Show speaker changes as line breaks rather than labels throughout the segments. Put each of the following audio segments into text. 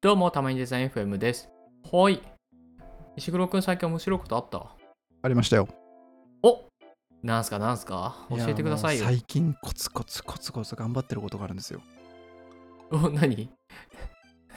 どうも、たまにデザイン FM です。ほい。石黒くん、最近面白いことあった
ありましたよ。
おなんすか、なんすか教えてくださいよ
や。もう最近コツコツコツコツ頑張ってることがあるんですよ。
お、な に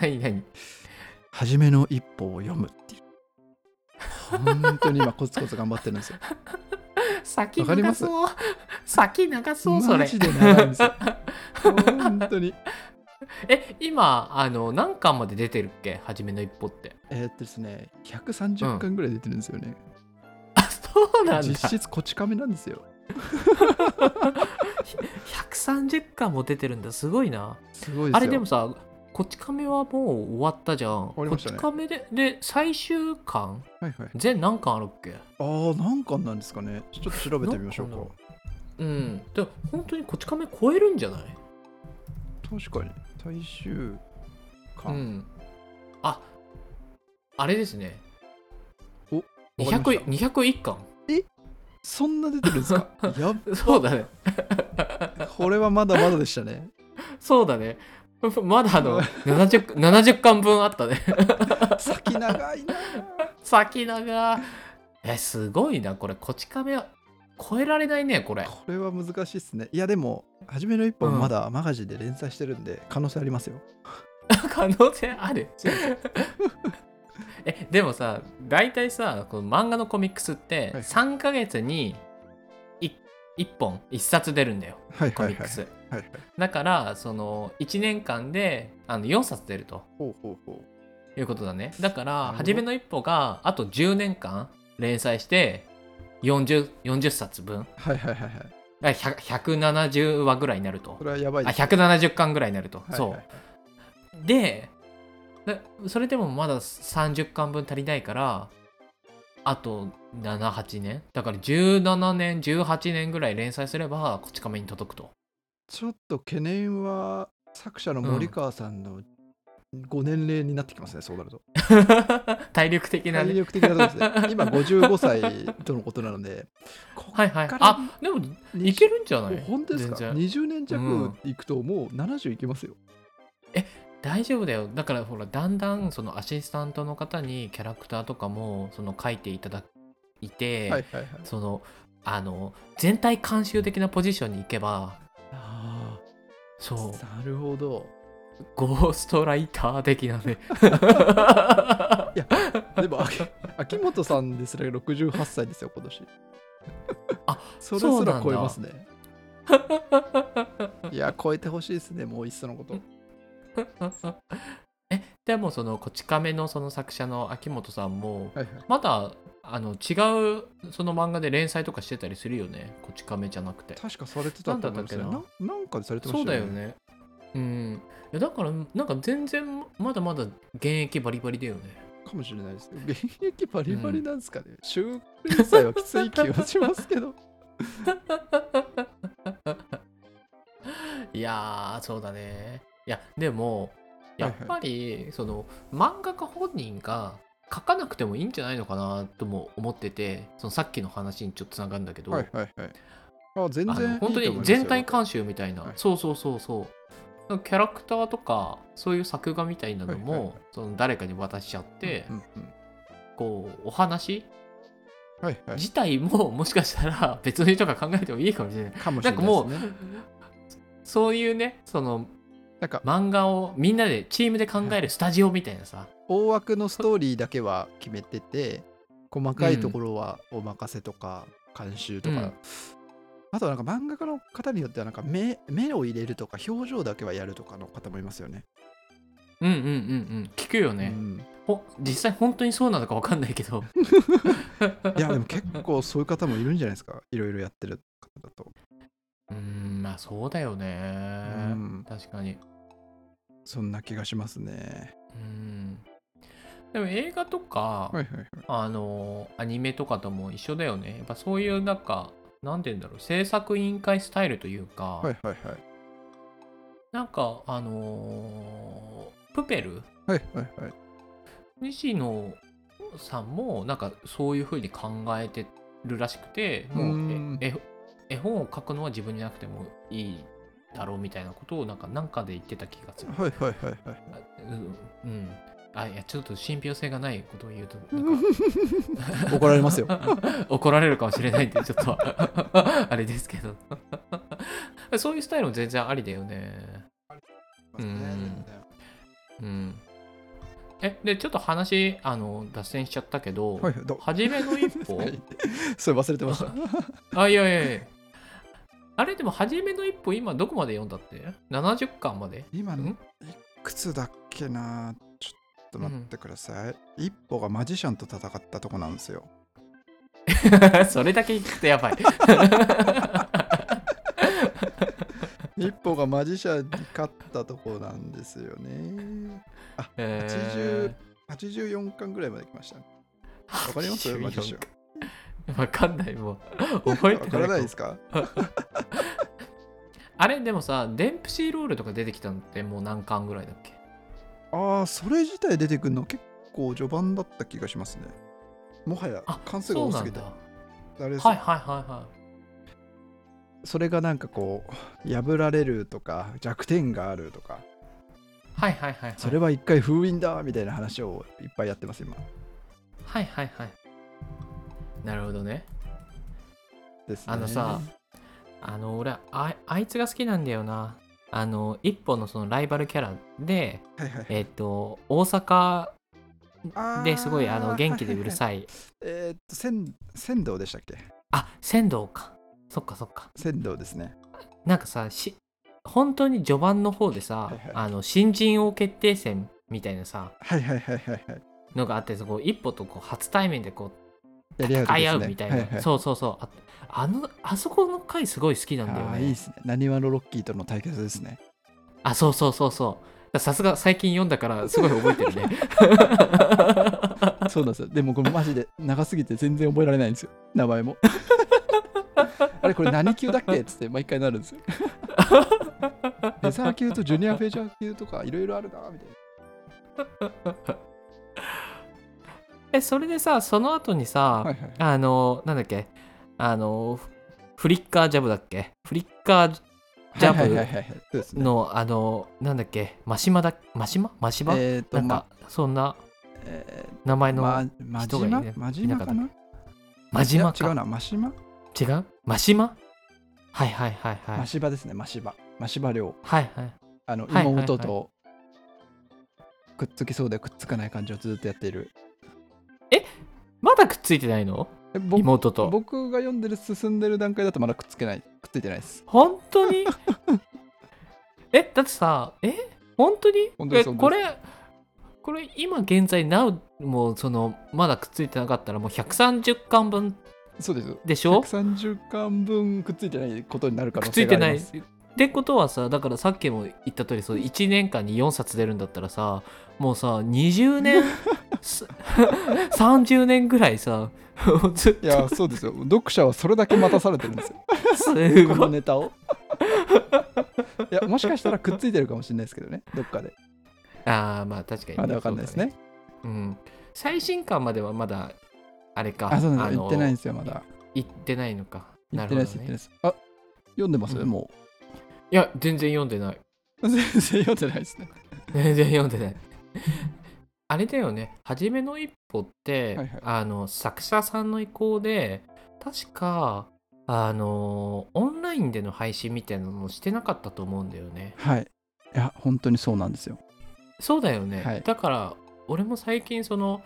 なになに
初めの一歩を読むっていう。本当に今コツコツ頑張ってるんですよ。
先
わかり
長
ます
そう。 先長 そう、そ
マ
れ
ジ。で長いんで すよ。本当に。
え、今、あの、何巻まで出てるっけ初めの一歩って。
えーっとですね、130巻ぐらい出てるんですよね。
あ、そうなんだ。
実質こち亀なんですよ。
130巻も出てるんだ。すごいな。
すごいですよ。
あれでもさ、こち亀はもう終わったじゃん。
終わり
こ
ました
ち
ね
亀で、で、最終巻
はいはい。
全何巻あるっけ
ああ、何巻なんですかね。ちょっと調べてみましょう
何巻
か。
うん、でも本当にこち亀超えるんじゃない、
確かに。大衆
う
巻。
ん、ああれですね
おわかりました
200 201巻
そんな出てる んですかやっ
そうだね
これはまだまだでした ね。
そうだねまだあ の 70, 70巻分あったね
先長いな。
先長えすごいなこれこち亀は超えられないねこれ
これは難しいですね。いやでも、初めの一歩
うん
まだマガジンで連載してるんで、可能性ありますよ。
可能性ある えでもさ大体さこの漫画のコミックスって
はい
3ヶ月に 1, 本1冊出るんだよ
はい
コ
は
ミ
い
ッ
はい。
クス、
はいはい、
だからその1年間であの4冊出ると
ほうほうほ
いうことだねだから
なるほど
初めの一歩があと10年間連載して 40, 40冊分
う。はいはいはいはい。
だから100 170話ぐらいになると
これはやばい
あ
です。
170巻ぐらいになると、
はい
そ
は
う
い
でだそれでもまだ30巻分足りないからあと78年だから17年18年ぐらい連載すればこち亀に届くと
ちょっと懸念は、作者の森川さんのご年齢になってきますね、そうなると。
体力的な
体
ね
力的なとこで すね。今55歳とのことなので、こ
はいはい
から
あでもいけるんじゃな
もう
い
本当ですか
全然
?20 年
うん
弱いくともう70いけますよ。
大丈夫だよだからほらだんだんそのアシスタントの方にキャラクターとかもその書いていただいて、
はいはいはい。
そのあの全体監修的なポジションに行けば
ああ、
そう
なるほど。
ゴーストライター的な ね
でも、あき秋元さんですら68歳ですよ、今年。
あ、
それ
そ
す
うな
ら
んだ
超えますね。いや、超えてほしいですね、もういっそのこと。
えでもその「こち亀」のその作者の秋元さんも
はいはい。
まだあの違うその漫画で連載とかしてたりするよねこち亀じゃなくて
確かされてたと思いますよ。
なんだったっ
ななんかでされてま
そう
した
だよ。ね。うん。いやだから、なんか全然まだまだ現役バリバリだよね。
かもしれないですよ。現役バリバリなんですかね。週連載はきつい気はしますけど。
いやー、そうだね。いや、でも、
はいは
や
い
っぱり、その、漫画家本人が書かなくてもいいんじゃないのかなとも思ってて、そのさっきの話にちょっとつながるん だけど、
はいはいはい。あ、全
あ
然
の本当に全体監修みたいな、
はい
そうそうそうそう。キャラクターとかそういう作画みたいなのも、
はいはいはい
その誰かに渡しちゃって、
うんうんうん
こうお話
はいはい。
自体ももしかしたら別の人が考えてもいいかもしれない
かもしれないですね。
そういうねその
なんか、
漫画をみんなでチームで考えるスタジオみたいなさ
大枠のストーリーだけは決めてて細かいところはお任せとか監修とか、
うん
あとはなんか漫画家の方によってはなんか目目を入れるとか表情だけはやるとかの方もいますよね。
うんうんうんうん聞くよね
う、 ん
ほ実際本当にそうなのか分かんないけ ど
いやでも結構そういう方もいるんじゃな いですかいろいろやってる方だと。
うーんまあそうだよね、
うん
確かに
そんな気がしますね。
うんでも映画とか、
はいはいはい。
あのアニメとかとも一緒だよねやっぱそういうなんかなんて言うんだろう制作委員会スタイルというか、
はいはいはい。
なんかあのープペル
はいはいはい。
西野さんもなんかそういう風に考えてるらしくても
うーん
うえ絵絵本を書くのは自分じゃなくてもいいだろうみたいなことをなんかなんかで言ってた気がする。
はいはいはいはい。
あうんうん。あ、いや、ちょっと信憑性がないことを言うと、 なん か
怒られますよ。
怒られるかもしれないんで、ちょっと、 あれですけど。そういうスタイルも全然ありだよね。うんうん。え、で、ちょっと話、あの、脱線しちゃったけど、
はい、ど
初めの一歩
はいそれ忘れて ました。
あ、いやいやいや。あれ、でも、初めの一歩、今、どこまで読んだって ?70 巻まで。
今
ん
いくつだっけなちょっと待ってください、一歩がマジシャンと戦ったとこなんですよ
それだけ聞くとやばい。
一歩がマジシャンに勝ったとこなんですよね
え
84巻ぐらいまで来ましたね
ー
わかります
84
マジシャ
わかんない、もう。覚え
わ
てない。
からないですか
あれ、でもさ、デンプシーロールとか出てきたのって、もう何巻ぐらいだっけ
ああそれ自体出てくるの結構序盤だった気がしますねもはや
あ
関数が
そう
多
な
す
ん
ぎて
だ。
あ
は
れで
い
す
はいはいはい。
それがなんかこう破られるとか弱点があるとか
はいはいはい、はい。
それは一回封印だみたいな話をいっぱいやってます今
はいはいはい。なるほどね。
ですね
あのさあの、俺あ、あいつが好きなんだよな。あの、一本のそのライバルキャラで、
はいはい
えっ、と、大阪ですごいあの元気でうる
い。
さい。
えーっと、仙仙道でしたっけ
あ、仙道か。そっかそっか。
仙道ですね。
なんかさ、し本当に序盤の方でさ、
はいはい
あの新人王決定戦みたいなさ、
はいはいはいはいはい。
のがあって、そこ一歩とこう初対面でこう
やり合うと
戦
こで
い
す
合
ね
うみたいな、
はは
そうそうそうあ。あの、あそこの回すごい好きなんだよ
あ
ね。
ーいいですね。なにわのロッキーとの対決ですね。
あ、そうそうそうそう。さすが最近読んだからすごい覚えてるね。
そうなんですよ。でもこれマジで長すぎて全然覚えられないんですよ。名前も。 あれこれ何級だっけっつって毎回なる んですよ。レザー級とジュニアフェジャー級とかいろいろあるなみたいな。
え、それでさ、その後にさ、
はいはい。
あの、なんだっけ、あの、フフリッカージャブだっけフリッカージャブ
はいはいはいはい。そうですね。
の、あの、なんだっけ、マシマだ、マシママシマ、
えーっ
な
と、
ん
ま
か、、そんな
え
名前
ー
の、
ま、まじ
人が
ま
いね、
まじまか
い
な
マジマ
いや違
か。
うな、ましま
違うマシマはいはいはいはい。
マシバですね、マシバ。マシバ寮。
はいはい。
あの、
はいはいはい
妹とくっつきそうでくっつかない感じをずっとやっている。
まだくっついてないの
えぼ
妹と。
僕が読んでる進んでる段階だとまだくっつけない。くっついてないです。
本当 にえ、だってさ、え本当に
本当で
え
す本
こ
当で
れ、これ今現在、なお、もうその、まだくっついてなかったらもう130巻分
そうです。
でしょ
130巻分くっついてないことになる可
くっ
能
つ
性
い
が
て
あ
な
り
い。っ
ます。
てことはさだからさっきも言った通りそう1年間に4冊出るんだったらさもうさ20年 す 30年ぐらいさ もうずっ
い
と
や、そうですよ。読者はそれだけ待たされてるんですよ。
す
この
ごい
ネタを。いや、もしかしたらくっついてるかもしれないですけどね。どっかで。
ああまあ確かに
まだわかんないですね。
そうだねうん最新刊まではまだあれか
あ、そうなんですよ。
の
言ってないんですよ、まだ。
行ってないのか
言
な
って
る
な
ほ
いです、
ど
言ってない
ね
です。あ、読んでます
うん
も
いや全然読んでない
う。全然読んでないですね。
全然読んでないあれだよね初めの一歩って、
はいはい
あの作者さんの意向で確かあのオンラインでの配信みたいなのもしてなかったと思うんだよね
はい。いや、本当にそうなんですよ。
そうだよね、
はい
だから俺も最近その、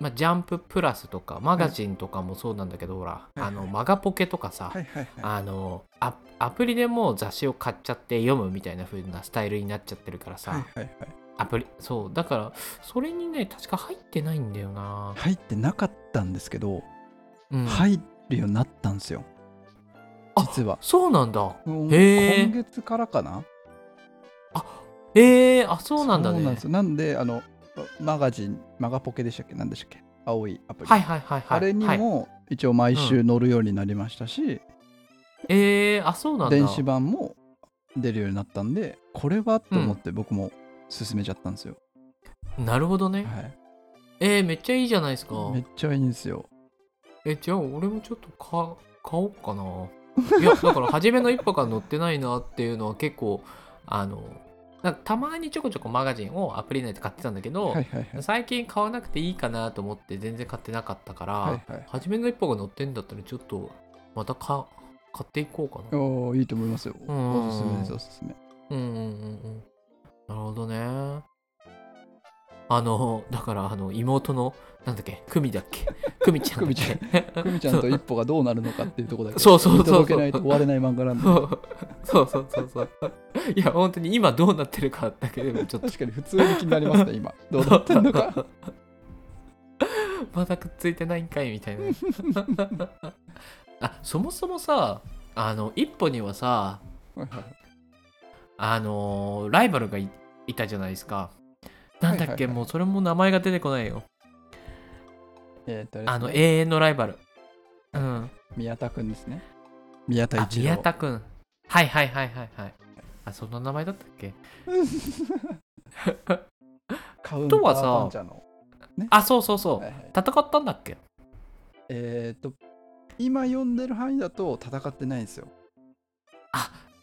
まあ、ジャンププラスとかマガジンとかもそうなんだけど、ほら、
はい
あのマガポケとかさ、
いはい
あのアアプリでもう雑誌を買っちゃって読むみたいな風なスタイルになっちゃってるからさ、
はいはいはい。
アプリそうだからそれにね確か入ってないんだよな、
入ってなかったんですけど、
うん、
入るようになったんですよ。
あ
実は。
そうなんだ
うん
へー
今月からかな
えー、あそうなんだね
ですよなんで、あの、マガジン、マガポケでしたっけなんでしたっけ青いアプリ。
はいはいはいはい
あれに
はい
も一応毎週乗るようになりましたし、
えー、あそうなんだ
電子版も出るようになったんで、これはと思って僕も進めちゃったんですよ。
なるほどね、
はい、
えー、めっちゃいいじゃないですか
めっちゃいいんですよ。
えじゃあ俺もちょっとか買おうかないやだから初めの一歩から載ってないなっていうのは結構あのなんかたまにちょこちょこマガジンをアプリ内で買ってたんだけど、
はいはいはい。
最近買わなくていいかなと思って全然買ってなかったから、
はいはい、
初めの一歩が載ってんだったらちょっとまたか買っていこうかな
おーいいと思いますよ。
うん
おすすめです、おすすめ。
うんうんうんうんなるほどねあのだからあの妹のなんだっけ久美だっ け久美ちゃんだっけ
久久美ちゃんと一歩がどうなるのかっていうところだ け
そうそうそう
見
そう
届けないと終われない漫画なんで。
そうそうそうそうそういや本当に今どうなってるかだけでもちょっと
確かに普通に気になります ね、今。どうなってんのか。
まだくっついてないんかいみたい なあそもそもさあの一歩にはさ
はいはい
あのーライバルがいいたじゃないですかなんだっけ、
はいはいはい
もうそれも名前が出てこないよ
えーと
あ
あ
の
の、
永遠のライバルうん
宮田くんですね。宮田
あ
一郎。
宮 田くんはいはいはいはいはいあそんな名前だったっけ
カウンタ
とは
ー
さ
パンチャーの。
あそうそうそう、
はいはい
戦ったんだっけ
えっと、今読んでる範囲だと戦ってないんですよ。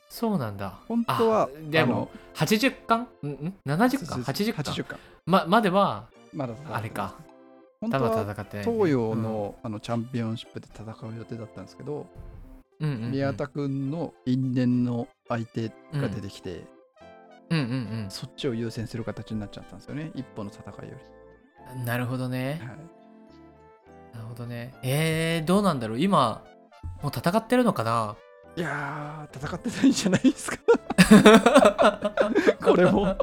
そうなんだ
本当は
あ、でも80巻んん ?70
あ
巻
の
?80 巻
80巻。
ままでは
まだ戦ってない
あれか。
本
多
当
分
は
戦ってないね、
東洋の,、あのチャンピオンシップで戦う予定だったんですけど、
うん、うんうんうん
宮田くんの因縁の相手が出てきて、
うんうん
そっちを優先する形になっちゃったんですよね、一歩の戦いよ
うんなるほど
り。
ね
はい
なるほどねえー、どうなんだろう今もう戦ってるのかない
やー、戦ってないんじゃないですか。 これも。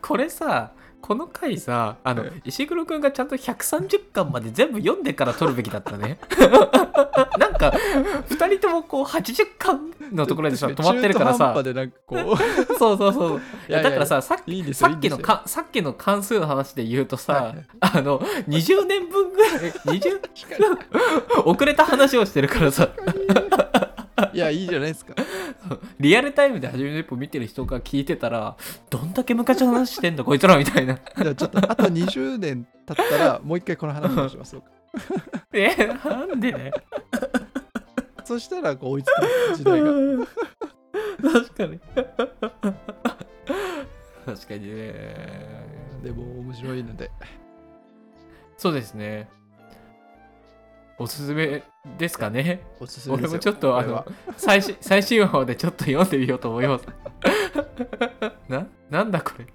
これさこの回さあの
え
石黒くんがちゃんと130巻まで全部読んでから取るべきだった ねなんか2人ともこう80巻のところでさ止まってるから
中途半
さ
端でなんかこ
そうそうそう
う。
いやだから、ささっき
いいんです
さ
よ。
っきの
いいんですよ
かさっきの関数の話で言うとさ、
はいはい
あの20年分ぐらい20遅れた話をしてるからさ
いや、いいじゃないですか。
リアルタイムで初めの一歩見てる人が聞いてたらどんだけ昔の話してんだこいつらみたいな
じゃあちょっとあと20年経ったら、もう一回この話をしましょうか。
えなんでね
そしたら、こう追いつく時代が。
確かに確かにね
でも面白いので。
そうですねおすすめですかね
おすすめ
俺
ですよ
もちょっとあ
これ
の
は
最新最 新話までちょっと読んでみようと思います。ななんだこれ